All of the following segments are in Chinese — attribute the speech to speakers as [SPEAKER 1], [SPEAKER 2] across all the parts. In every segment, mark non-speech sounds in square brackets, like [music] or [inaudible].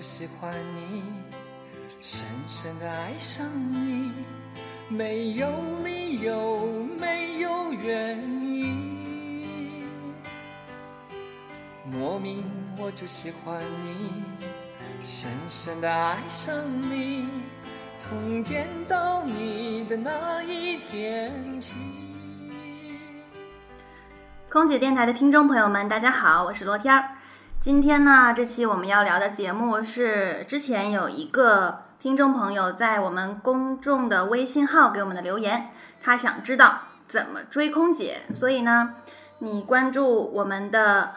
[SPEAKER 1] 喜欢你，深深的爱上你，没有理由，没有原因，莫名我就喜欢你，深深的爱上你，从见到你的那一天起。
[SPEAKER 2] 空姐电台的听众朋友们，大家好，我是罗天儿。今天呢，这期我们要聊的节目是之前有一个听众朋友在我们公众的微信号给我们的留言，他想知道怎么追空姐，所以呢，你关注我们的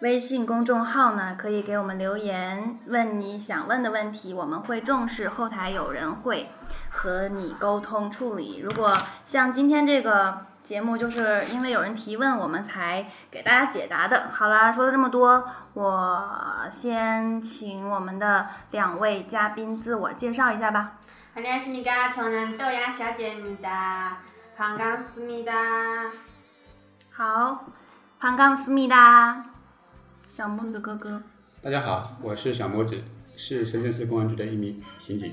[SPEAKER 2] 微信公众号呢，可以给我们留言，问你想问的问题，我们会重视，后台有人会和你沟通处理。如果像今天这个节目，就是因为有人提问，我们才给大家解答的。好啦，说了这么多，我先请我们的两位嘉宾自我介绍一下吧。
[SPEAKER 3] 안녕하십니까. 저는 또야 샤제입니다. 반갑습니다.
[SPEAKER 2] 好，潘刚思密达，小木子哥哥。
[SPEAKER 4] 大家好，我是小拇指，是深圳市公安局的一名刑警。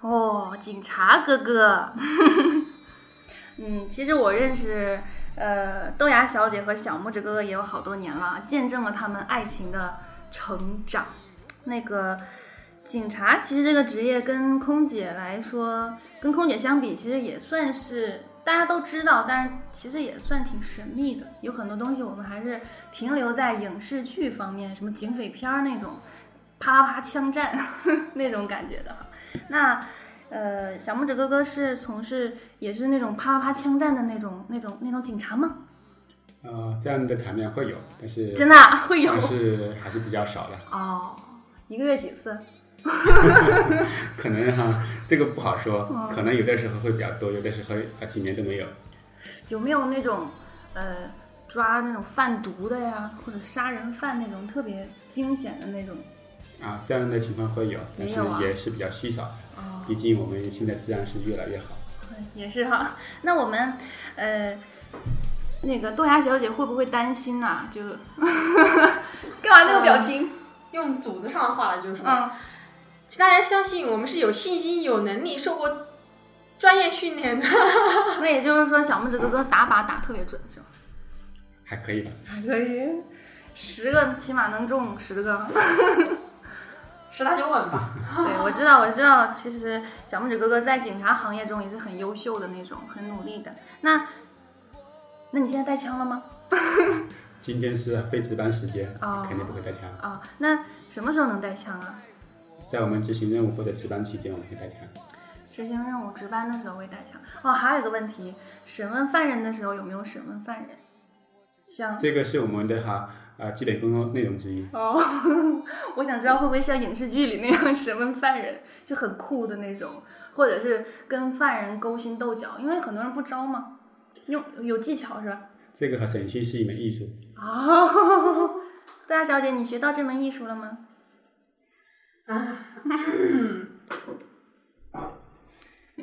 [SPEAKER 2] 哦，警察哥哥。 [laughs] 嗯，其实我认识呃豆芽小姐和小拇指哥哥也有好多年了，见证了他们爱情的成长。那个警察其实这个职业跟空姐来说，跟空姐相比，其实也算是大家都知道，但是其实也算挺神秘的。有很多东西我们还是停留在影视剧方面，什么警匪片儿那种，啪啪啪枪战 [laughs] 那种感觉的哈。那呃，小拇指哥哥是从事也是那种啪啪啪枪战的那种、那种、那种警察吗？
[SPEAKER 4] 呃，这样的场面会有，但是
[SPEAKER 2] 真的啊、 [laughs] 会有
[SPEAKER 4] 但是还是比较少的，
[SPEAKER 2] 哦，一个月几次？
[SPEAKER 4] [laughs] 可能哈、这个不好
[SPEAKER 2] 哦
[SPEAKER 4] 说，可能有的时候会比较多，有的时候啊几年都没有。
[SPEAKER 2] 有没有那种呃抓那种贩毒的呀，或者杀人犯那种特别惊险的那种？ [laughs]
[SPEAKER 4] 啊，这样的情况会有，但
[SPEAKER 2] 也
[SPEAKER 4] 是
[SPEAKER 2] 有啊
[SPEAKER 4] 也是比较稀少的。
[SPEAKER 2] 哦，
[SPEAKER 4] 毕竟我们现在治安是越来越好。
[SPEAKER 2] 也是哈。那我们呃，那个豆芽小姐会不会担心呐、就 [laughs] 干嘛那个表情？
[SPEAKER 3] 用组织上的话就是什么？
[SPEAKER 2] 嗯，
[SPEAKER 3] 请大家相信我们是有信心、有能力、受过专业训练的。
[SPEAKER 2] [laughs] 那也就是说小拇指哥哥打靶打特别准是吧？
[SPEAKER 4] 还可以吧，
[SPEAKER 2] 还可以，十个起码能中十个。
[SPEAKER 3] 十拿九稳吧。
[SPEAKER 2] 对，我知道，我知道。其实小拇指哥哥在警察行业中也是很优秀的那种，很努力的。那，那你现在带枪了吗？
[SPEAKER 4] 今天是非值班时间，
[SPEAKER 2] 哦
[SPEAKER 4] 肯定不会带枪。
[SPEAKER 2] 啊、那什么时候能带枪啊？
[SPEAKER 4] 在我们执行任务或者值班期间，我们会带枪。
[SPEAKER 2] 执行任务值班的时候会带枪。哦，还有一个问题，审问犯人的时候有没有审问犯人？像
[SPEAKER 4] 这个是我们的哈啊基本工作内容之一。
[SPEAKER 2] 哦， [laughs] 我想知道会不会像影视剧里那样审问犯人，就很酷的那种，或者是跟犯人勾心斗角，因为很多人不招嘛，用有技巧是吧？
[SPEAKER 4] 这个和审讯是一门艺术。
[SPEAKER 2] 哦， [laughs] 对啊，小姐，你学到这门艺术了吗？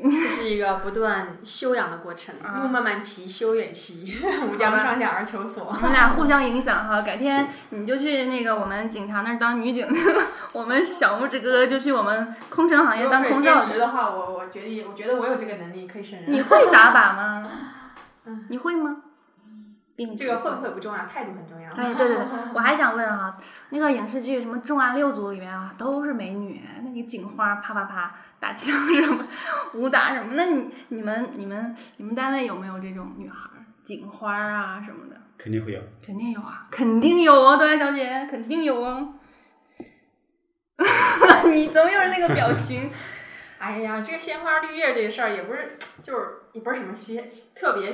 [SPEAKER 3] 这是一个不断修养的过程，
[SPEAKER 2] 啊
[SPEAKER 3] 路漫漫其修远兮，吾将上下而求索
[SPEAKER 2] 我。们俩互相影响哈，改天你就去那个我们警察那儿当女警 [laughs] 去了，我们小拇指哥哥就去我们空乘行业当空
[SPEAKER 3] 兼
[SPEAKER 2] 少
[SPEAKER 3] 职
[SPEAKER 2] 去。
[SPEAKER 3] 的话，我我决定，我觉得我有这个能力可以胜任。
[SPEAKER 2] 你会打靶
[SPEAKER 3] [laughs]
[SPEAKER 2] 吗？你会吗？并不
[SPEAKER 3] 嗯这个会不会不重要，态度很重要。
[SPEAKER 2] 哎，对对对，我还想问哈、那个影视剧什么《重案六组》里面啊，都是美女，那个警花啪啪啪打枪什么，武打什么，那你你们你们你们单位有没有这种女孩儿警花啊什么的？
[SPEAKER 4] 肯定会有。
[SPEAKER 2] 肯定有啊，肯定有哦，豆芽小姐，肯定有哦。 [laughs] 你怎么又是那个表情？
[SPEAKER 3] 哎呀，这个鲜花绿叶这个事儿也不是，就是也不是什么稀特别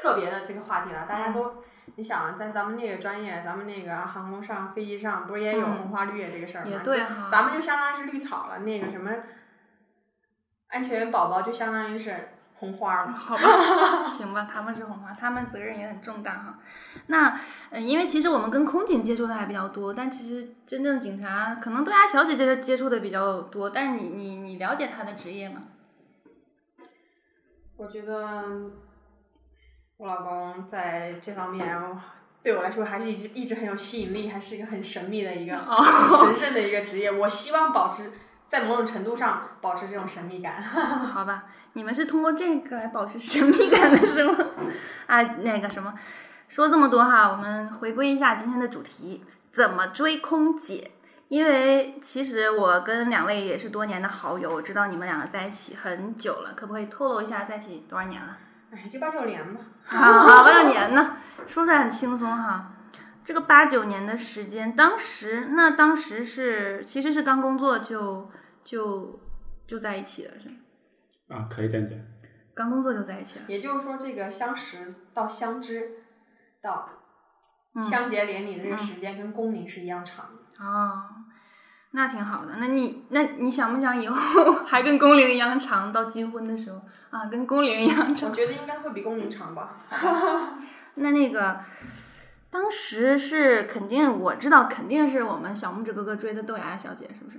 [SPEAKER 3] 特别的这个话题了。大家都，
[SPEAKER 2] 嗯
[SPEAKER 3] 你想啊在咱们那个专业，咱们那个航空上、飞机上，不是也有
[SPEAKER 2] 嗯
[SPEAKER 3] 红花绿叶这个事儿
[SPEAKER 2] [laughs]
[SPEAKER 3] 吗？
[SPEAKER 2] 也对
[SPEAKER 3] 就
[SPEAKER 2] 哈
[SPEAKER 3] 咱们就相当于是绿草了，那个什么安全员宝宝就相当于是红花了。
[SPEAKER 2] 好 [laughs] 吧，行吧，他们是红花，啊他们责任也很重大哈。那呃，因为其实我们跟空警接触的还比较多，但其实真正警察可能对啊小姐这接触的比较多，但是你你你了解她的职业吗？
[SPEAKER 3] 我觉得我老公在这方面对我来说还是一直一直很有吸引力，还是一个很神秘的一个、
[SPEAKER 2] 哦
[SPEAKER 3] 很神圣的一个职业。我希望保持在某种程度上保持这种神秘感。 [laughs]
[SPEAKER 2] 好吧，你们是通过这个来保持神秘感的是吗？ [laughs] 啊，那个什么，说这么多哈，我们回归一下今天的主题，怎么追空姐？因为其实我跟两位也是多年的好友，我知道你们两个在一起很久了，可不可以透露一下在一起多少年了？啊
[SPEAKER 3] 哎，就八九年吧。
[SPEAKER 2] 好，八九年呢，说出来很轻松哈。这个八九年的时间，当时那当时是其实是刚工作就就就在一起了，是吗
[SPEAKER 4] 啊，可以这样讲。
[SPEAKER 2] 刚工作就在一起了。
[SPEAKER 3] 也就是说，这个相识到相知到
[SPEAKER 2] 嗯
[SPEAKER 3] 相结连理的这个时间，跟工龄是一样长的。
[SPEAKER 2] 哦，那挺好的。那你那你想不想以后 [laughs] 还跟工龄一样长到金婚的时候啊？跟工龄一样
[SPEAKER 3] 我
[SPEAKER 2] 长？ [laughs]
[SPEAKER 3] 觉得应该会比工龄长吧。
[SPEAKER 2] 那那个当时是肯定我知道，肯定是我们小拇指哥哥追的豆芽芽小姐，是不是？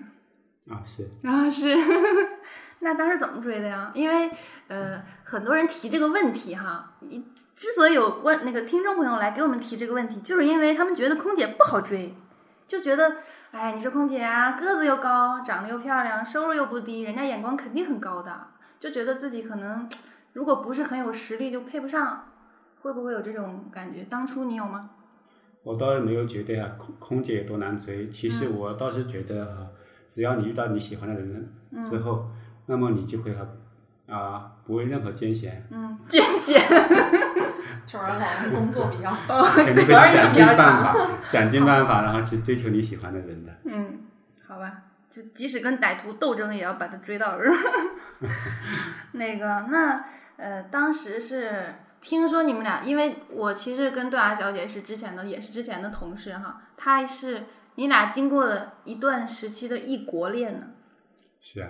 [SPEAKER 4] 啊，是
[SPEAKER 2] 啊，是。 [laughs] 那当时怎么追的呀？因为呃，很多人提这个问题哈，一之所以有观那个听众朋友来给我们提这个问题，就是因为他们觉得空姐不好追，就觉得哎，你是空姐啊，个子又高，长得又漂亮，收入又不低，人家眼光肯定很高的，就觉得自己可能如果不是很有实力就配不上，会不会有这种感觉？当初你有吗？
[SPEAKER 4] 我倒是没有觉得啊，空空姐有多难追。其
[SPEAKER 3] 嗯
[SPEAKER 4] 实我倒是觉得啊，只要你遇到你喜欢的人
[SPEAKER 3] 嗯
[SPEAKER 4] 了之后，那么你就会和啊不畏任何艰险，
[SPEAKER 2] 嗯，见血。嗯
[SPEAKER 3] [laughs] 主要老人工作比较 [laughs]
[SPEAKER 4] 肯定会
[SPEAKER 3] 主要是
[SPEAKER 4] 想
[SPEAKER 3] 比
[SPEAKER 4] 尽
[SPEAKER 3] 较
[SPEAKER 4] 办
[SPEAKER 3] 强 [laughs]
[SPEAKER 4] 法，想尽办法，然后去追求你喜欢的人的。
[SPEAKER 2] 嗯，好吧，就即使跟歹徒斗争，也要把他追到，
[SPEAKER 3] [laughs]
[SPEAKER 2] 是吧？那个，那呃，当时是听说你们俩，因为我其实跟段雅小姐是之前的，也是之前的同事哈，她是你俩经过了一段时期的异国恋呢，
[SPEAKER 4] 是啊，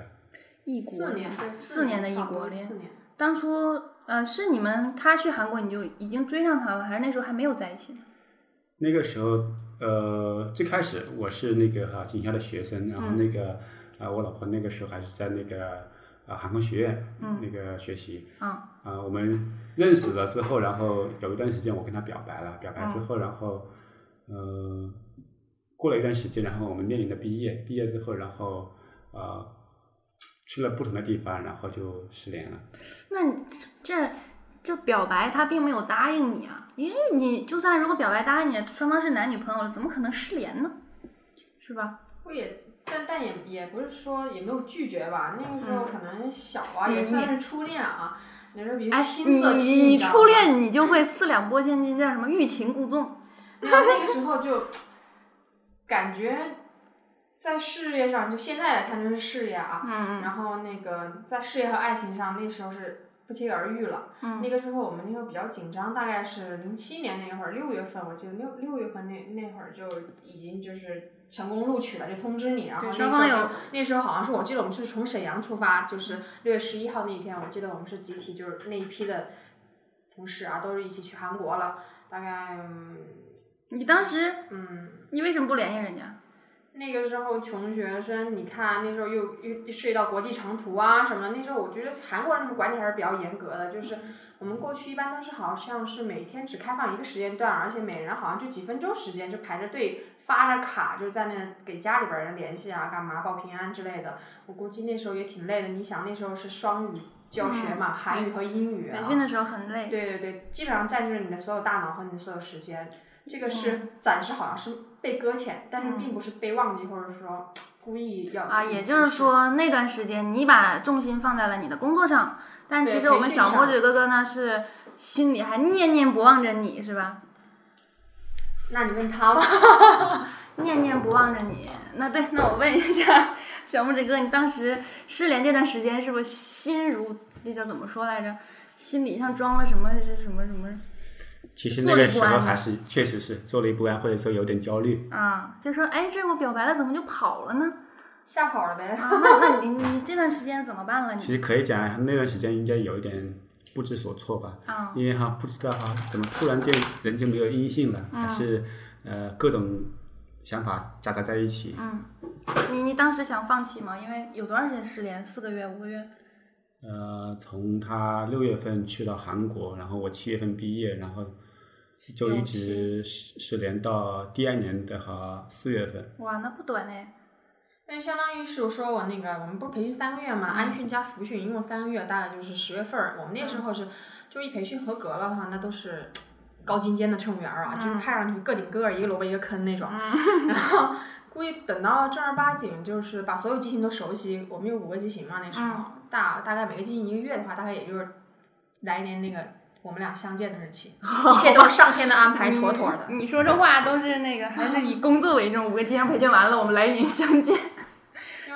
[SPEAKER 2] 异国
[SPEAKER 3] 四年，对
[SPEAKER 2] 四年的异国
[SPEAKER 3] 差不多四
[SPEAKER 2] 恋，
[SPEAKER 3] 年。
[SPEAKER 2] 当初呃是你们他去韩国你就已经追上他了，还是那时候还没有在一起？
[SPEAKER 4] 那个时候，呃，最开始我是那个哈、警校的学生，
[SPEAKER 3] 嗯
[SPEAKER 4] 然后那个啊、我老婆那个时候还是在那个啊、航空学院、
[SPEAKER 3] 嗯
[SPEAKER 4] 那个学习。
[SPEAKER 2] 啊、
[SPEAKER 4] 啊、我们认识了之后，然后有一段时间我跟她表白了，表白之后，然后呃，过了一段时间，然后我们面临着毕业，毕业之后，然后呃，去了不同的地方，然后就失联了。
[SPEAKER 2] 那你这这表白他并没有答应你啊，因为你就算如果表白答应你，双方是男女朋友了，怎么可能失联呢？是吧？
[SPEAKER 3] 我也，但但也也不是说也没有拒绝吧。那个时候可能小啊，
[SPEAKER 2] 嗯
[SPEAKER 3] 也
[SPEAKER 2] 你
[SPEAKER 3] 算是初恋啊。那时候比较
[SPEAKER 2] 哎，
[SPEAKER 3] 青
[SPEAKER 2] 你
[SPEAKER 3] 涩期，
[SPEAKER 2] 你你
[SPEAKER 3] 知道
[SPEAKER 2] 初
[SPEAKER 3] 吗
[SPEAKER 2] 恋你就会四两拨千斤，叫什么欲擒故纵？
[SPEAKER 3] 然后那个时候就感觉在事业上，就现在来看就是事业啊。
[SPEAKER 2] 嗯
[SPEAKER 3] 然后那个在事业和爱情上，那时候是不期而遇了。
[SPEAKER 2] 嗯
[SPEAKER 3] 那个时候我们那时候比较紧张，大概是零七年那会儿，六月份，我记得六六月份那那会儿就已经就是成功录取了，就通知你。然后
[SPEAKER 2] 对，
[SPEAKER 3] 那时
[SPEAKER 2] 双
[SPEAKER 3] 候
[SPEAKER 2] 方
[SPEAKER 3] 就
[SPEAKER 2] 有
[SPEAKER 3] 那时候好像是我记得我们是从沈阳出发，就是六月十一号那一天，我记得我们是集体就是那一批的同事啊，都是一起去韩国了。大概
[SPEAKER 2] 你当时
[SPEAKER 3] 嗯，
[SPEAKER 2] 你为什么不联系人家？
[SPEAKER 3] 那个时候穷学生，你看那时候又又又涉及到国际长途啊什么的。那时候我觉得韩国人他们管理还是比较严格的，就是我们过去一般都是好像是每天只开放一个时间段，而且每人好像就几分钟时间就排着队发着卡，就是在那给家里边人联系啊，干嘛报平安之类的。我估计那时候也挺累的。你想那时候是双语教学嘛，韩语和英语、啊。
[SPEAKER 2] 培训的时候很累，
[SPEAKER 3] 对对对，基本上占据了你的所有大脑和你的所有时间。这个是
[SPEAKER 2] 嗯
[SPEAKER 3] 暂时好像是被搁浅，但是并不是被忘记，或者说故意要
[SPEAKER 2] 啊，
[SPEAKER 3] 去
[SPEAKER 2] 也就是，说那段时间你把重心放在了你的工作上，但
[SPEAKER 3] 对
[SPEAKER 2] 其实我们
[SPEAKER 3] 培训
[SPEAKER 2] 小拇
[SPEAKER 3] 上
[SPEAKER 2] 指哥哥呢是心里还念念不忘着你是吧？
[SPEAKER 3] 那你问他吧。 [laughs]
[SPEAKER 2] 念念不忘着你。那对，那我问一下，小拇指哥，你当时失联这段时间，是不是心如那叫怎么说来着？心里像装了什么是什么什么
[SPEAKER 4] 其实
[SPEAKER 2] 坐
[SPEAKER 4] 那
[SPEAKER 2] 立不
[SPEAKER 4] 个时候
[SPEAKER 2] 安吗
[SPEAKER 4] 还是确实是坐立不安，或者说有点焦虑。
[SPEAKER 2] 啊？就说哎，这我表白了，怎么就跑了呢？
[SPEAKER 3] 吓跑了呗。
[SPEAKER 2] 啊，那那你你这段时间怎么办了？你
[SPEAKER 4] 其实可以讲那段时间应该有一点不知所措吧，
[SPEAKER 2] 啊，
[SPEAKER 4] 因为哈不知道哈怎么突然间人就没有音信了，还是呃各种想法夹杂在一起。
[SPEAKER 2] 你你当时想放弃吗？因为有多长时间失联？四个月、五个月？
[SPEAKER 4] 呃，从他六月份去到韩国，然后我七月份毕业，然后就一直是是连到第二年的哈四月份，
[SPEAKER 2] 哇，那不短哎。
[SPEAKER 3] 那就相当于是说我那个，我们不是培训三个月嘛，安训加复训，一共三个月，大概就是十月份儿。我们那时候是，就是一培训合格了的话，那都是高精尖的乘务员儿啊，就是派上去个顶个儿，一个萝卜一个坑那种。 [laughs] 然后估计等到正儿八经，就是把所有机型都熟悉。我们有五个机型嘛，那时候、大大概每个机型一个月的话，大概也就是来年那个我们俩相见的日期，一切都是上天的安排，妥妥的。
[SPEAKER 2] 你你说这话都是那个，还是以工作为重。五个机上培训完了，我们来年相见。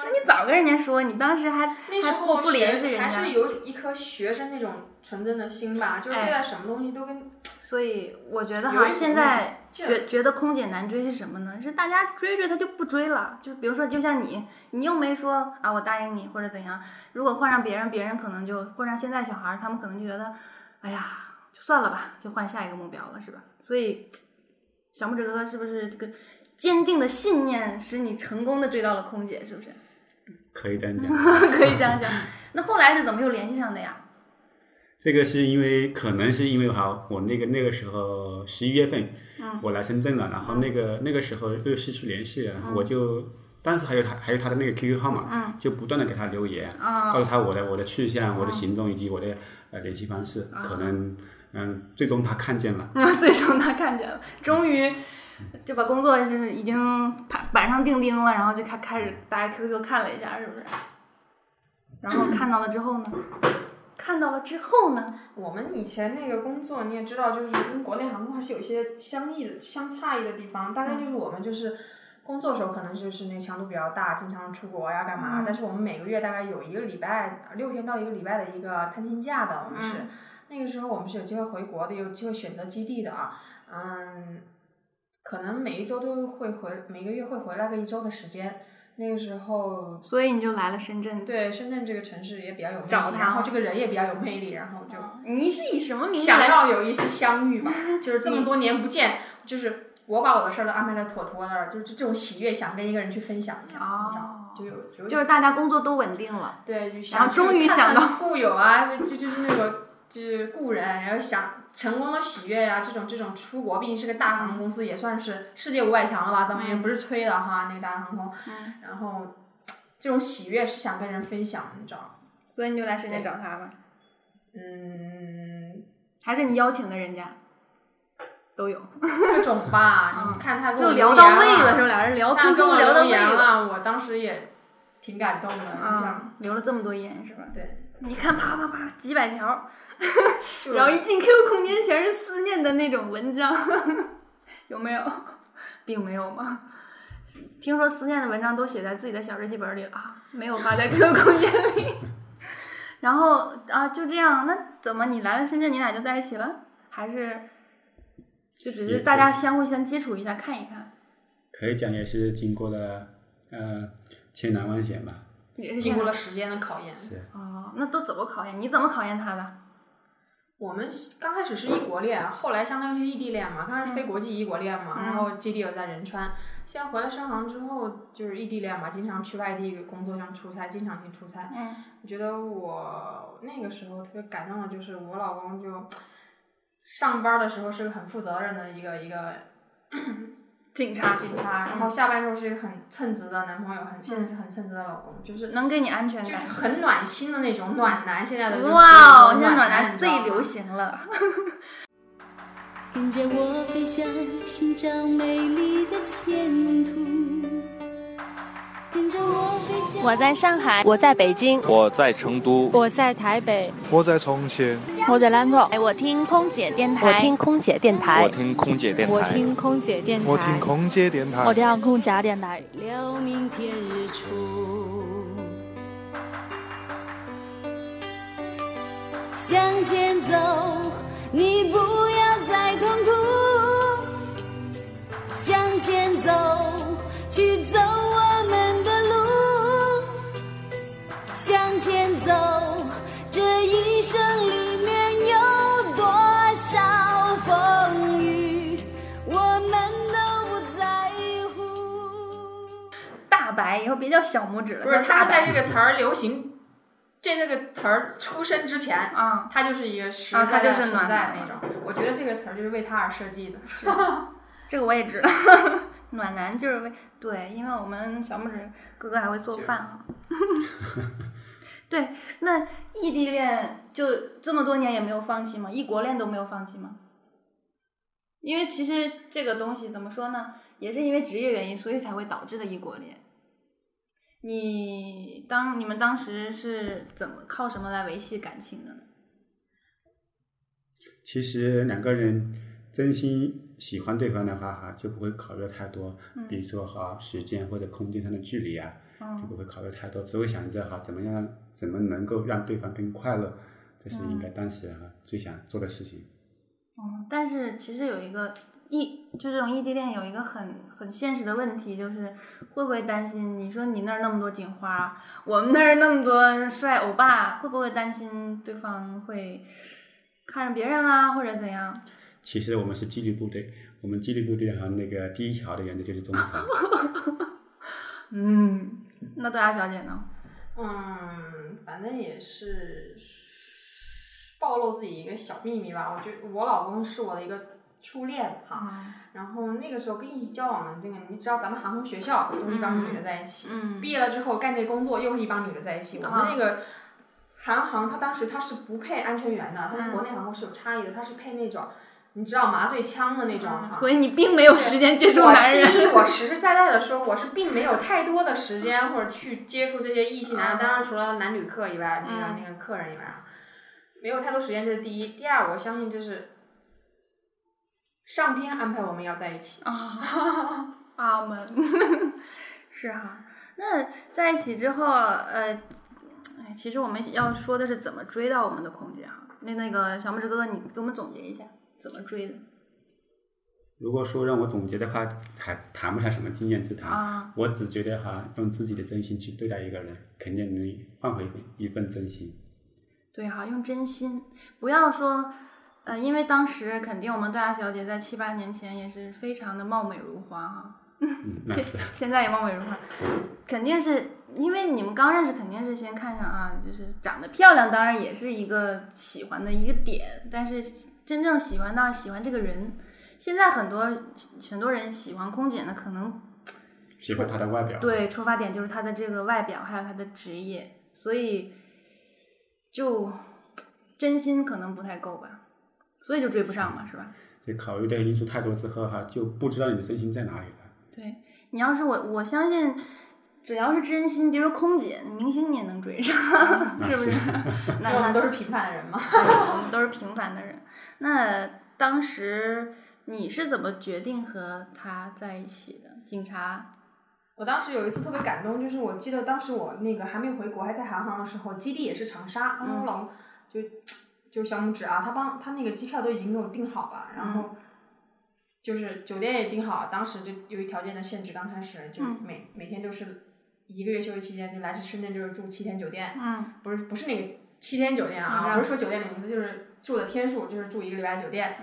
[SPEAKER 2] 那 [laughs] 你早跟人家说，你当时还
[SPEAKER 3] 那时
[SPEAKER 2] 还
[SPEAKER 3] 候
[SPEAKER 2] 不不联系
[SPEAKER 3] 学
[SPEAKER 2] 人
[SPEAKER 3] 还是
[SPEAKER 2] 家。
[SPEAKER 3] 有一颗学生那种纯真的心吧，就是
[SPEAKER 2] 哎
[SPEAKER 3] 对待什么东西都跟
[SPEAKER 2] 所以我觉得
[SPEAKER 3] 有一
[SPEAKER 2] 哈，
[SPEAKER 3] 股
[SPEAKER 2] 现在
[SPEAKER 3] 劲儿
[SPEAKER 2] 觉觉得空姐难追是什么呢？是大家追追她就不追了。就比如说，就像你，你又没说啊，我答应你或者怎样。如果换上别人，别人可能就换上现在小孩儿，他们可能就觉得，哎呀，就算了吧，就换下一个目标了，是吧？所以，小拇指哥哥是不是这个坚定的信念使你成功的追到了空姐？是不是？ [laughs]
[SPEAKER 4] 可以这样讲。
[SPEAKER 2] 可以这样讲。那后来是怎么又联系上的呀？
[SPEAKER 4] 这个是因为可能是因为哈，我那个那个时候十一月份，我来深圳了，然后那个那个时候又失去联系了，然后我就当时还有他还有他的那个 QQ 号码，就不断的给他留言，告诉他我的我的去向、我的行踪以及我的呃联系方式，可能嗯最终他看见了，
[SPEAKER 2] 那最终他看见了，终于就把工作就是已经板板上钉钉了，然后就开开始打开 QQ 看了一下，是不是？然后看到了之后呢？看到了之后呢？
[SPEAKER 3] 我们以前那个工作，你也知道，就是跟国内航空还是有一些相异的、相差异的地方。大概
[SPEAKER 2] 嗯
[SPEAKER 3] 就是我们就是工作的时候，可能就是那个强度比较大，经常出国呀、干嘛。
[SPEAKER 2] 嗯
[SPEAKER 3] 但是我们每个月大概有一个礼拜，六天到一个礼拜的一个探亲假的，我们
[SPEAKER 2] 嗯
[SPEAKER 3] 是、那个时候我们是有机会回国的，有机会选择基地的啊，嗯。可能每一周都会回，每个月会回来个一周的时间。那个时候
[SPEAKER 2] 所以你就来了深圳。
[SPEAKER 3] 对深圳这个城市也比较有魅力，
[SPEAKER 2] 找他
[SPEAKER 3] 然后这个人也比较有魅力，然后就
[SPEAKER 2] 你是以什么名义 [laughs]
[SPEAKER 3] 想
[SPEAKER 2] 来
[SPEAKER 3] 要有一次相遇吧，就是这么多年不见，就是我把我的事儿都安排的妥妥的，就是这种喜悦想跟一个人去分享一下，你知道吗？
[SPEAKER 2] 哦
[SPEAKER 3] 就有有
[SPEAKER 2] 就是大家工作都稳定了，
[SPEAKER 3] 对，就
[SPEAKER 2] 然
[SPEAKER 3] 想
[SPEAKER 2] 后终于
[SPEAKER 3] 去看
[SPEAKER 2] 想到
[SPEAKER 3] 看故友啊，就就就是那个就是故人，然后想成功的喜悦啊呀、这种这种出国，毕竟是个大航空公司，也算是世界五百强了吧，咱们也不是吹的哈，那个大航空，
[SPEAKER 2] 嗯
[SPEAKER 3] 然后这种喜悦是想跟人分享，你知道吗？
[SPEAKER 2] 所以你就来深圳找他了，
[SPEAKER 3] 嗯，
[SPEAKER 2] 还是你邀请的人家？都有，
[SPEAKER 3] 各种吧，你看他给我
[SPEAKER 2] 嗯
[SPEAKER 3] 啊
[SPEAKER 2] 就聊
[SPEAKER 3] 留
[SPEAKER 2] 到
[SPEAKER 3] 言
[SPEAKER 2] 位
[SPEAKER 3] 了
[SPEAKER 2] 了，是吧？俩人聊
[SPEAKER 3] 他
[SPEAKER 2] QQ
[SPEAKER 3] 跟我
[SPEAKER 2] 聊到
[SPEAKER 3] 留
[SPEAKER 2] 位
[SPEAKER 3] 言
[SPEAKER 2] 了，
[SPEAKER 3] 了，我当时也挺感动的，你想，
[SPEAKER 2] 啊，留了这么多言是吧？
[SPEAKER 3] 对，
[SPEAKER 2] 你看啪啪啪几百条，
[SPEAKER 3] 就
[SPEAKER 2] 然后一进 QQ 空间全是思念的那种文章， [laughs] 有没有？并没有吗？听说思念的文章都写在自己的小日记本里了啊，没有发在 [laughs] QQ 空间里。 [laughs] 然后啊，就这样，那怎么你来了深圳，你俩就在一起了？还是就只
[SPEAKER 4] 也
[SPEAKER 2] 是大家
[SPEAKER 4] 可
[SPEAKER 2] 相互先接触一下，看一看，
[SPEAKER 4] 可以讲也是经过了呃千难万险吧，
[SPEAKER 2] 也是
[SPEAKER 3] 经过
[SPEAKER 2] 这样
[SPEAKER 3] 了时间的考验。
[SPEAKER 4] 是
[SPEAKER 2] 哦，那都怎么考验？你怎么考验他的？
[SPEAKER 3] 我们刚开始是异国恋，后来相当于是异地恋嘛，刚开始非国际异国恋嘛，
[SPEAKER 2] 嗯
[SPEAKER 3] 然后基地又在仁川，现在回来深航之后就是异地恋嘛，经常去外地工作上出差，经常性出差。
[SPEAKER 2] 嗯，
[SPEAKER 3] 我觉得我那个时候特别感动的就是我老公就上班的时候是个很负责任的一个一个
[SPEAKER 2] 警察
[SPEAKER 3] 警察，然后下班之后是一个很称职的男朋友，很现在是很称职的老公，就是
[SPEAKER 2] 嗯能给你安全
[SPEAKER 3] 就是
[SPEAKER 2] 感。
[SPEAKER 3] 很暖心的那种暖男。现在的就是
[SPEAKER 2] 哇，哦现
[SPEAKER 3] 那种
[SPEAKER 2] 在暖
[SPEAKER 3] 男
[SPEAKER 2] 男最流。
[SPEAKER 3] 你知道吗
[SPEAKER 2] 行了。
[SPEAKER 5] 跟着我飞翔，寻找美丽的前途。跟着我飞翔。
[SPEAKER 6] 我在上海，我在北京，
[SPEAKER 7] 我在成都，
[SPEAKER 6] 我在台北，
[SPEAKER 8] 我在从前，
[SPEAKER 6] 我在兰州，
[SPEAKER 9] 哎，我听空姐电台，
[SPEAKER 6] 我听空姐电台
[SPEAKER 7] 我，听空姐电台，
[SPEAKER 6] 我听空姐电台，
[SPEAKER 8] 我听空姐电台。
[SPEAKER 6] 我听空姐电台。
[SPEAKER 5] 聊明天日出。向前走，你不要再痛苦。向前走，去走我们的路。向前走，这一生里面有多少风雨，我们都不在乎。
[SPEAKER 2] 大白以后别叫小拇指了，
[SPEAKER 3] 不
[SPEAKER 2] 叫
[SPEAKER 3] 是
[SPEAKER 2] 大
[SPEAKER 3] 他
[SPEAKER 2] 白
[SPEAKER 3] 在这个词儿流行这这个词儿出生之前，
[SPEAKER 2] 嗯，
[SPEAKER 3] 它就是一个实
[SPEAKER 2] 啊
[SPEAKER 3] 在
[SPEAKER 2] 它
[SPEAKER 3] 的
[SPEAKER 2] 就是
[SPEAKER 3] 存
[SPEAKER 2] 暖
[SPEAKER 3] 在
[SPEAKER 2] 男
[SPEAKER 3] 那种。我觉得这个词儿就是为它而设计的。
[SPEAKER 2] 是，这个我也知道。 [laughs] 暖男就是为对，因为我们小拇指哥哥还会做饭
[SPEAKER 3] [laughs]
[SPEAKER 2] 哈。对，那异地恋就这么多年也没有放弃吗？异国恋都没有放弃吗？因为其实这个东西怎么说呢，也是因为职业原因，所以才会导致的异国恋。你当你们当时是怎么靠什么来维系感情的呢？
[SPEAKER 4] 其实两个人真心喜欢对方的话，哈，就不会考虑太多，比如说哈时间或者空间上的距离啊，
[SPEAKER 3] 嗯
[SPEAKER 4] 就不会考虑太多，只会想着哈怎么样怎么能够让对方更快乐，这是应该当时哈最想做的事情。
[SPEAKER 2] 嗯，但是其实有一个异，就这种异地恋有一个很很现实的问题，就是会不会担心？你说你那儿那么多警花，我们那儿那么多帅欧巴，会不会担心对方会看上别人啦，或者怎样？
[SPEAKER 4] 其实我们是纪律部队，我们纪律部队哈那个第一条的原则就是忠诚。
[SPEAKER 2] 嗯，那豆芽小姐呢？
[SPEAKER 3] 嗯，反正也是暴露自己一个小秘密吧。我觉得我老公是我的一个初恋哈，然后那个时候跟异地交往的这个，你知道咱们航空学校都是一帮女的在一起，
[SPEAKER 2] 嗯
[SPEAKER 3] 毕业了之后干这工作又是一帮女的在一起。我
[SPEAKER 2] 啊
[SPEAKER 3] 们那个韩航，他当时他是不配安全员的，他跟
[SPEAKER 2] 嗯
[SPEAKER 3] 国内航空是有差异的，他是配那种你知道麻醉枪的那种哈。
[SPEAKER 2] 嗯所以你并没有时间接触
[SPEAKER 3] 我
[SPEAKER 2] 男人。
[SPEAKER 3] 第一，我实实在在的说，我是并没有太多的时间或者去接触这些异性男
[SPEAKER 2] 啊
[SPEAKER 3] 人，当然除了男旅客以外，那个
[SPEAKER 2] 嗯
[SPEAKER 3] 那个客人以外啊，没有太多时间，这是第一。第二，我相信就是上天安排我们要在一起。
[SPEAKER 2] 啊，阿门， [laughs] 是哈。那在一起之后，呃，哎，其实我们要说的是怎么追到我们的空姐哈。那那个小拇指哥哥，你给我们总结一下怎么追的
[SPEAKER 4] 如果说让我总结的话，还谈不上什么经验之谈。
[SPEAKER 2] 啊？
[SPEAKER 4] 我只觉得哈，用自己的真心去对待一个人，肯定能换回一份真心。
[SPEAKER 2] 对哈，用真心，不要说，呃，因为当时肯定我们豆芽小姐在七八年前也是非常的貌美如花哈，
[SPEAKER 4] 嗯，那
[SPEAKER 2] 现
[SPEAKER 4] 是。
[SPEAKER 2] 现在也貌美如花，肯定是因为你们刚认识，肯定是先看上啊，就是长得漂亮，当然也是一个喜欢的一个点，但是真正喜欢到喜欢这个人，现在很多很多人喜欢空姐呢，可能
[SPEAKER 4] 喜欢他的外表。
[SPEAKER 2] 对，出发点就是他的这个外表，还有他的职业，所以就真心可能不太够吧，所以就追不上嘛，是吧？
[SPEAKER 4] 就考虑的因素太多之后哈，就不知道你的真心在哪里了。
[SPEAKER 2] 对你要是我，我相信只要是真心，比如说空姐、明星，你也能追上， [laughs]
[SPEAKER 4] 那
[SPEAKER 2] 是不是？那
[SPEAKER 3] 因为我
[SPEAKER 2] 那
[SPEAKER 3] 们都是平凡的人嘛。
[SPEAKER 2] 对我们都是平凡的人。那当时你是怎么决定和他在一起的？警察
[SPEAKER 3] [laughs] 我当时有一次特别感动，就是我记得当时我那个还没有回国，还在韩航的时候，基地也是长沙，当时我老公就、就小拇指啊，他帮他那个机票都已经给我订好了，然后就是酒店也订好了，当时就由于条件的限制，刚开始就
[SPEAKER 2] 嗯
[SPEAKER 3] 每、每天都是一个月休息期间，就来自深圳就是住七天酒店，
[SPEAKER 2] 嗯，
[SPEAKER 3] 不是不是那个七天酒店
[SPEAKER 2] 嗯
[SPEAKER 3] 啊，不是说酒店的名字，就是住的天数，就是住一个礼拜酒店。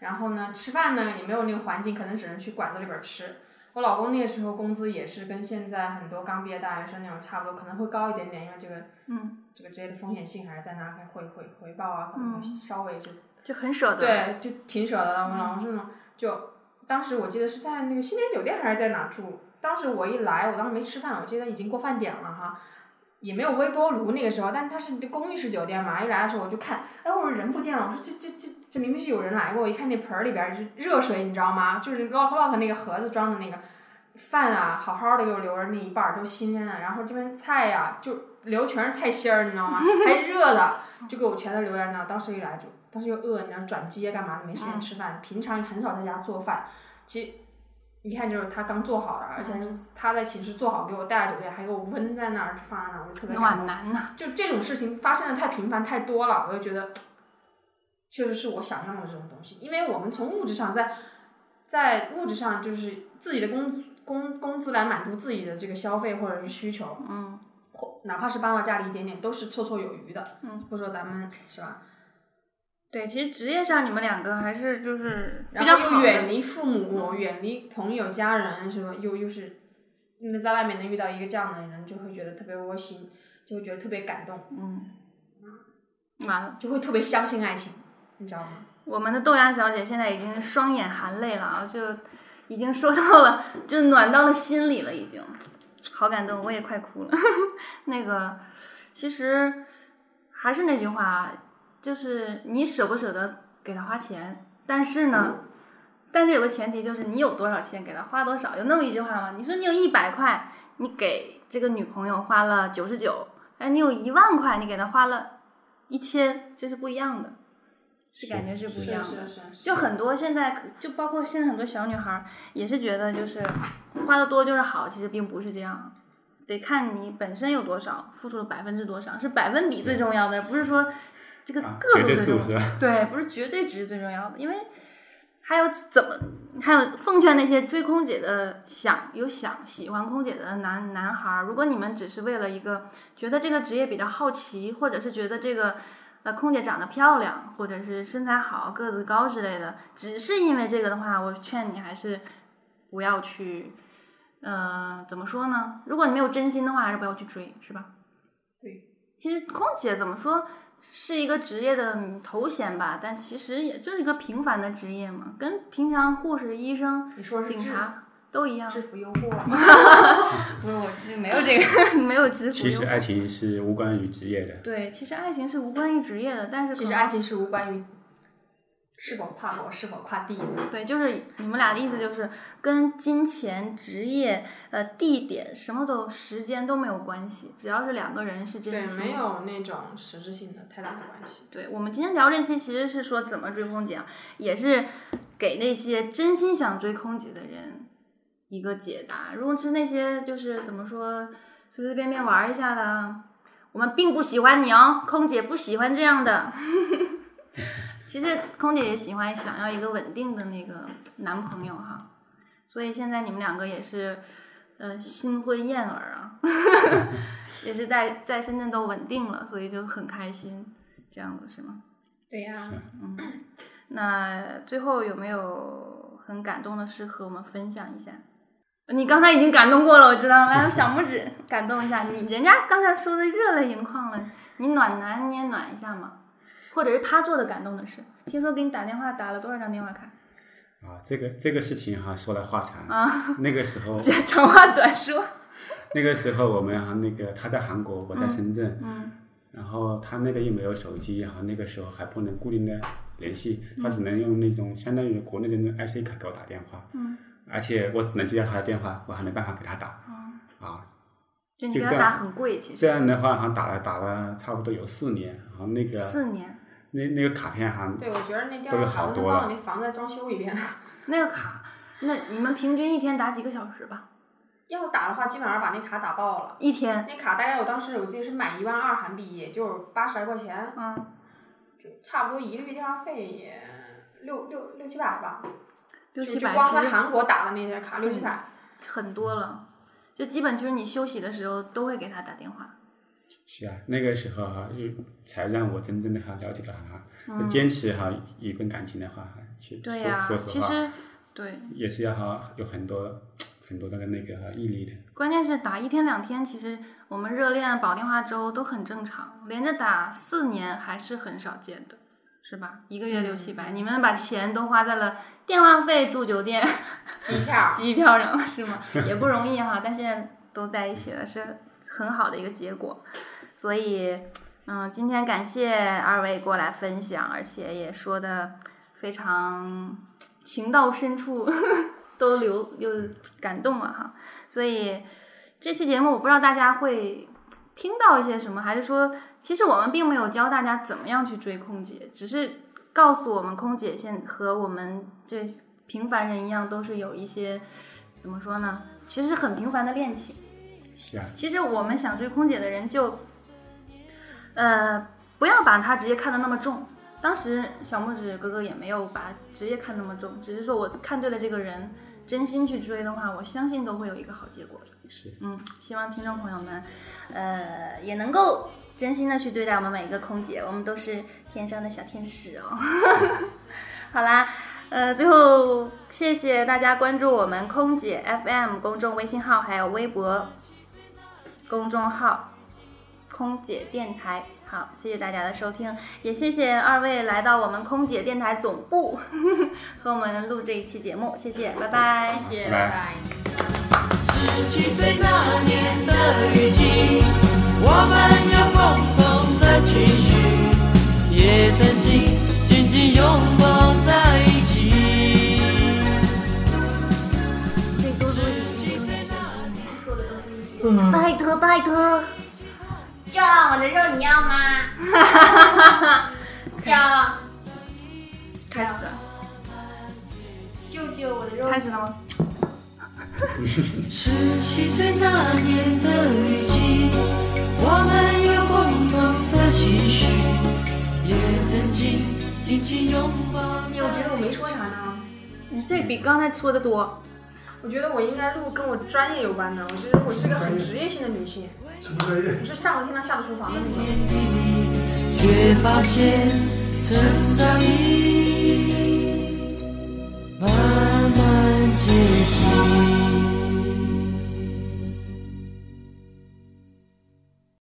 [SPEAKER 3] 然后呢，吃饭呢也没有那个环境，可能只能去馆子里边吃。我老公那个时候工资也是跟现在很多刚毕业大学生那种差不多，可能会高一点点，因为这个
[SPEAKER 2] 嗯
[SPEAKER 3] 这个职业的风险性还是在那儿，会回回报啊，可能
[SPEAKER 2] 嗯
[SPEAKER 3] 会稍微就
[SPEAKER 2] 就很舍得。嗯
[SPEAKER 3] 对，就挺舍得的。我老公是那种，就当时我记得是在那个新天酒店还是在哪住。当时我一来，我当时没吃饭，我记得已经过饭点了哈，也没有微波炉那个时候，但是它是公寓式酒店嘛。一来的时候我就看，哎，我说人不见了，我说这这这这明明是有人来过。我一看那盆儿里边儿是热水，你知道吗？就是 lock lock 那个盒子装的那个饭啊，好好的给我留着那一半儿都新鲜的，然后这边菜呀、就留全是菜心儿，你知道吗？还热的。就给我全都留在那儿。当时一来就，当时又饿，你知道转机啊干嘛的，没时间吃饭，平常也很少在家做饭。其实一看就是他刚做好了，而且是他在寝室做好，给我带来酒店，还给我温在那儿放在那儿，我就特别感
[SPEAKER 2] 暖
[SPEAKER 3] 动。
[SPEAKER 2] 男呐、
[SPEAKER 3] 就这种事情发生的太频繁太多了，我就觉得确实是我想要的这种东西，因为我们从物质上在在物质上就是自己的工工工资来满足自己的这个消费或者是需求，
[SPEAKER 2] 嗯，
[SPEAKER 3] 或哪怕是帮到家里一点点，都是绰绰有余的。
[SPEAKER 2] 嗯，
[SPEAKER 3] 或者说咱们是吧？
[SPEAKER 2] 对，其实职业上你们两个还是就是比
[SPEAKER 3] 然
[SPEAKER 2] 较
[SPEAKER 3] 后
[SPEAKER 2] 好的嗯
[SPEAKER 3] 又远离父母，远离朋友、家人，是吧？又又是那在外面能遇到一个这样的人，就会觉得特别窝心。就会觉得特别感动，
[SPEAKER 2] 嗯，完了，
[SPEAKER 3] 就会特别相信爱情，你知道吗？
[SPEAKER 2] 我们的豆芽小姐现在已经双眼含泪了啊，就已经说到了，就暖到了心里了，已经，好感动，我也快哭了。 [laughs] 那个，其实还是那句话啊，就是你舍不舍得给他花钱，但是呢，但是有个前提就是你有多少钱给他花多少，有那么一句话吗？你说你有一百块，你给这个女朋友花了九十九，哎，你有一万块，你给她花了一千，这是不一样的，是感觉是不一样的。
[SPEAKER 3] 是
[SPEAKER 2] 就很多现在可，就包括现在很多小女孩儿也是觉得就是花的多就是好，其实并不是这样，得看你本身有多少，付出了百分之多少，是百分比最重要的，不是说这个
[SPEAKER 4] 啊
[SPEAKER 2] 个
[SPEAKER 4] 绝
[SPEAKER 2] 数最
[SPEAKER 4] 对数
[SPEAKER 2] 重
[SPEAKER 4] 是
[SPEAKER 2] 要
[SPEAKER 4] 吧
[SPEAKER 2] 的，对，不是绝对值最重要的，因为还有怎么，还有奉劝那些追空姐的想有想喜欢空姐的男男孩儿，如果你们只是为了一个觉得这个职业比较好奇，或者是觉得这个呃空姐长得漂亮，或者是身材好、个子高之类的，只是因为这个的话，我劝你还是不要去。呃，怎么说呢？如果你没有真心的话，还是不要去追，是吧？
[SPEAKER 3] 对。
[SPEAKER 2] 其实空姐怎么说是一个职业的嗯头衔吧，但其实也就是一个平凡的职业嘛，跟平常护士、医生、
[SPEAKER 3] 你说是
[SPEAKER 2] 警
[SPEAKER 3] 制
[SPEAKER 2] 察都一样。 [laughs]
[SPEAKER 3] 制服诱嗯惑， [laughs]
[SPEAKER 2] 不是，我就没有这个，没有知
[SPEAKER 4] [laughs] 其实爱情是无关于职业的，
[SPEAKER 2] 对，其实爱情是无关于职业的，但是
[SPEAKER 3] 其
[SPEAKER 2] 可
[SPEAKER 3] 实
[SPEAKER 2] 能
[SPEAKER 3] 爱情是无关于是否跨国、是否跨地的。
[SPEAKER 2] 对，就是你们俩的意思就是跟金钱、职业、呃地点什么都时间都没有关系，只要是两个人是
[SPEAKER 3] 对
[SPEAKER 2] 真，心。
[SPEAKER 3] 没。有那种实质性的太大的关系。
[SPEAKER 2] 对我们今天聊这些，其实是说怎么追空姐啊，也是给那些真心想追空姐的人一个解答。如果是那些就是怎么说随随便便玩一下的，我们并不喜欢你哦，空姐不喜欢这样的。 [laughs] 其实空姐也喜欢想要一个稳定的那个男朋友哈，所以现在你们两个也是，呃，新婚燕尔啊， [laughs] 也是在在深圳都稳定了，所以就很开心，这样子是吗？
[SPEAKER 3] 对呀、
[SPEAKER 4] 是
[SPEAKER 2] 嗯，那最后有没有很感动的事和我们分享一下？你刚才已经感动过了，我知道。来，小拇指感动一下你，人家刚才说的热泪盈眶了，你暖男你也暖一下嘛，或者是他做的感动的事。听说给你打电话打了多少张电话卡 [laughs]
[SPEAKER 4] 啊，这个这个事情哈、说来话长。
[SPEAKER 2] 啊？
[SPEAKER 4] 那个时
[SPEAKER 2] [laughs]
[SPEAKER 4] 候，
[SPEAKER 2] 长话短说。
[SPEAKER 4] 那个时候我们啊，那个他在韩国，我在深圳，
[SPEAKER 2] 嗯
[SPEAKER 4] 然后他那个又没有手机，哈，那个时候还不能固定的联系，
[SPEAKER 2] 嗯
[SPEAKER 4] 他只能用那种相当于国内的那种 IC 卡给我打电话，
[SPEAKER 2] 嗯
[SPEAKER 4] 而且我只能接到他的电话，我还没办法给他打
[SPEAKER 2] 嗯，
[SPEAKER 4] 啊。
[SPEAKER 2] 就你
[SPEAKER 4] 就
[SPEAKER 2] 给他
[SPEAKER 4] 这样
[SPEAKER 2] 打很贵，其实
[SPEAKER 4] 这样的话，好像打了打了差不多有四年，然后那个
[SPEAKER 2] 四年
[SPEAKER 4] 那那个卡片好像
[SPEAKER 3] 对，我觉得那电
[SPEAKER 4] 都有
[SPEAKER 3] 话卡
[SPEAKER 4] 好
[SPEAKER 3] 我能
[SPEAKER 4] 多
[SPEAKER 3] 把我
[SPEAKER 4] 了
[SPEAKER 3] 那房子装修一遍。 [laughs]
[SPEAKER 2] 那个卡，那你们平均一天打几个小时吧？
[SPEAKER 3] 要打的话，基本上把那卡打爆了。
[SPEAKER 2] 一天，
[SPEAKER 3] 那卡大概我当时我记得是买一万二韩币，也就是八十来块钱，
[SPEAKER 2] 嗯，
[SPEAKER 3] 就差不多一个月电话费也六六六七百吧。
[SPEAKER 2] 六
[SPEAKER 3] 就
[SPEAKER 2] 七
[SPEAKER 3] 就
[SPEAKER 2] 百，
[SPEAKER 3] 光
[SPEAKER 2] 其
[SPEAKER 3] 在
[SPEAKER 2] 实
[SPEAKER 3] 韩国打的那些卡六七百，
[SPEAKER 2] 很多了，就基本就是你休息的时候都会给他打电话。
[SPEAKER 4] 是啊，那个时候哈、又才让我真正的哈了解到哈、
[SPEAKER 2] 嗯，
[SPEAKER 4] 坚持哈、一份感情的话，哈其实
[SPEAKER 2] 对呀、
[SPEAKER 4] 说说
[SPEAKER 2] 其
[SPEAKER 4] 实话。
[SPEAKER 2] 实对，
[SPEAKER 4] 也是要哈有很多很多那个那个毅力的。
[SPEAKER 2] 关键是打一天两天，其实我们热恋、保电话周都很正常，连着打四年还是很少见的，是吧？一个月六七百，你们把钱都花在了电话费、住酒店、
[SPEAKER 3] 机票。
[SPEAKER 2] 机票上了，是吗？ [laughs] 也不容易哈，但现在都在一起了，是很好的一个结果。所以，嗯，今天感谢二位过来分享，而且也说的非常情到深处， [laughs] 都流又感动了哈。所以这期节目，我不知道大家会听到一些什么，还是说，其实我们并没有教大家怎么样去追空姐，只是告诉我们空姐现和我们这平凡人一样，都是有一些怎么说呢？其实很平凡的恋情。
[SPEAKER 4] 是啊，
[SPEAKER 2] 其实我们想追空姐的人就，呃，不要把她职业看得那么重。当时小拇指哥哥也没有把职业看那么重，只是说我看对了这个人，真心去追的话，我相信都会有一个好结果的。
[SPEAKER 4] 是
[SPEAKER 2] 嗯，希望听众朋友们，呃，也能够真心的去对待我们每一个空姐，我们都是天上的小天使哦。 [laughs] 好啦，呃，最后谢谢大家关注我们空姐 FM 公众微信号还有微博公众号。空姐电台。好，谢谢大家的收听，也谢谢二位来到我们空姐电台总部 [laughs] 和我们录这一期节目，谢谢，拜拜。
[SPEAKER 3] 谢谢，
[SPEAKER 4] 拜拜
[SPEAKER 3] 拜拜
[SPEAKER 1] 十七岁那年的雨季，我们有共同的情绪，也曾经紧紧拥抱在一起。
[SPEAKER 2] 可以多录一期节目，说的都是一些。拜托拜托，
[SPEAKER 5] 叫我的肉你要 [laughs] 吗？叫
[SPEAKER 2] 开始了，
[SPEAKER 5] 救救我的肉！
[SPEAKER 2] 开始了吗？
[SPEAKER 1] 十七岁那年的雨季，我们有共同的期许，也曾经紧紧拥抱在一起。
[SPEAKER 3] 你有觉得我没说啥呢？
[SPEAKER 2] 你嗯这比刚才说的多。
[SPEAKER 3] 我觉得我应该录跟我专业有关的。我觉得我是个很职业性的女性，我是上了天堂下了厨房的那种。
[SPEAKER 1] 却发现成长已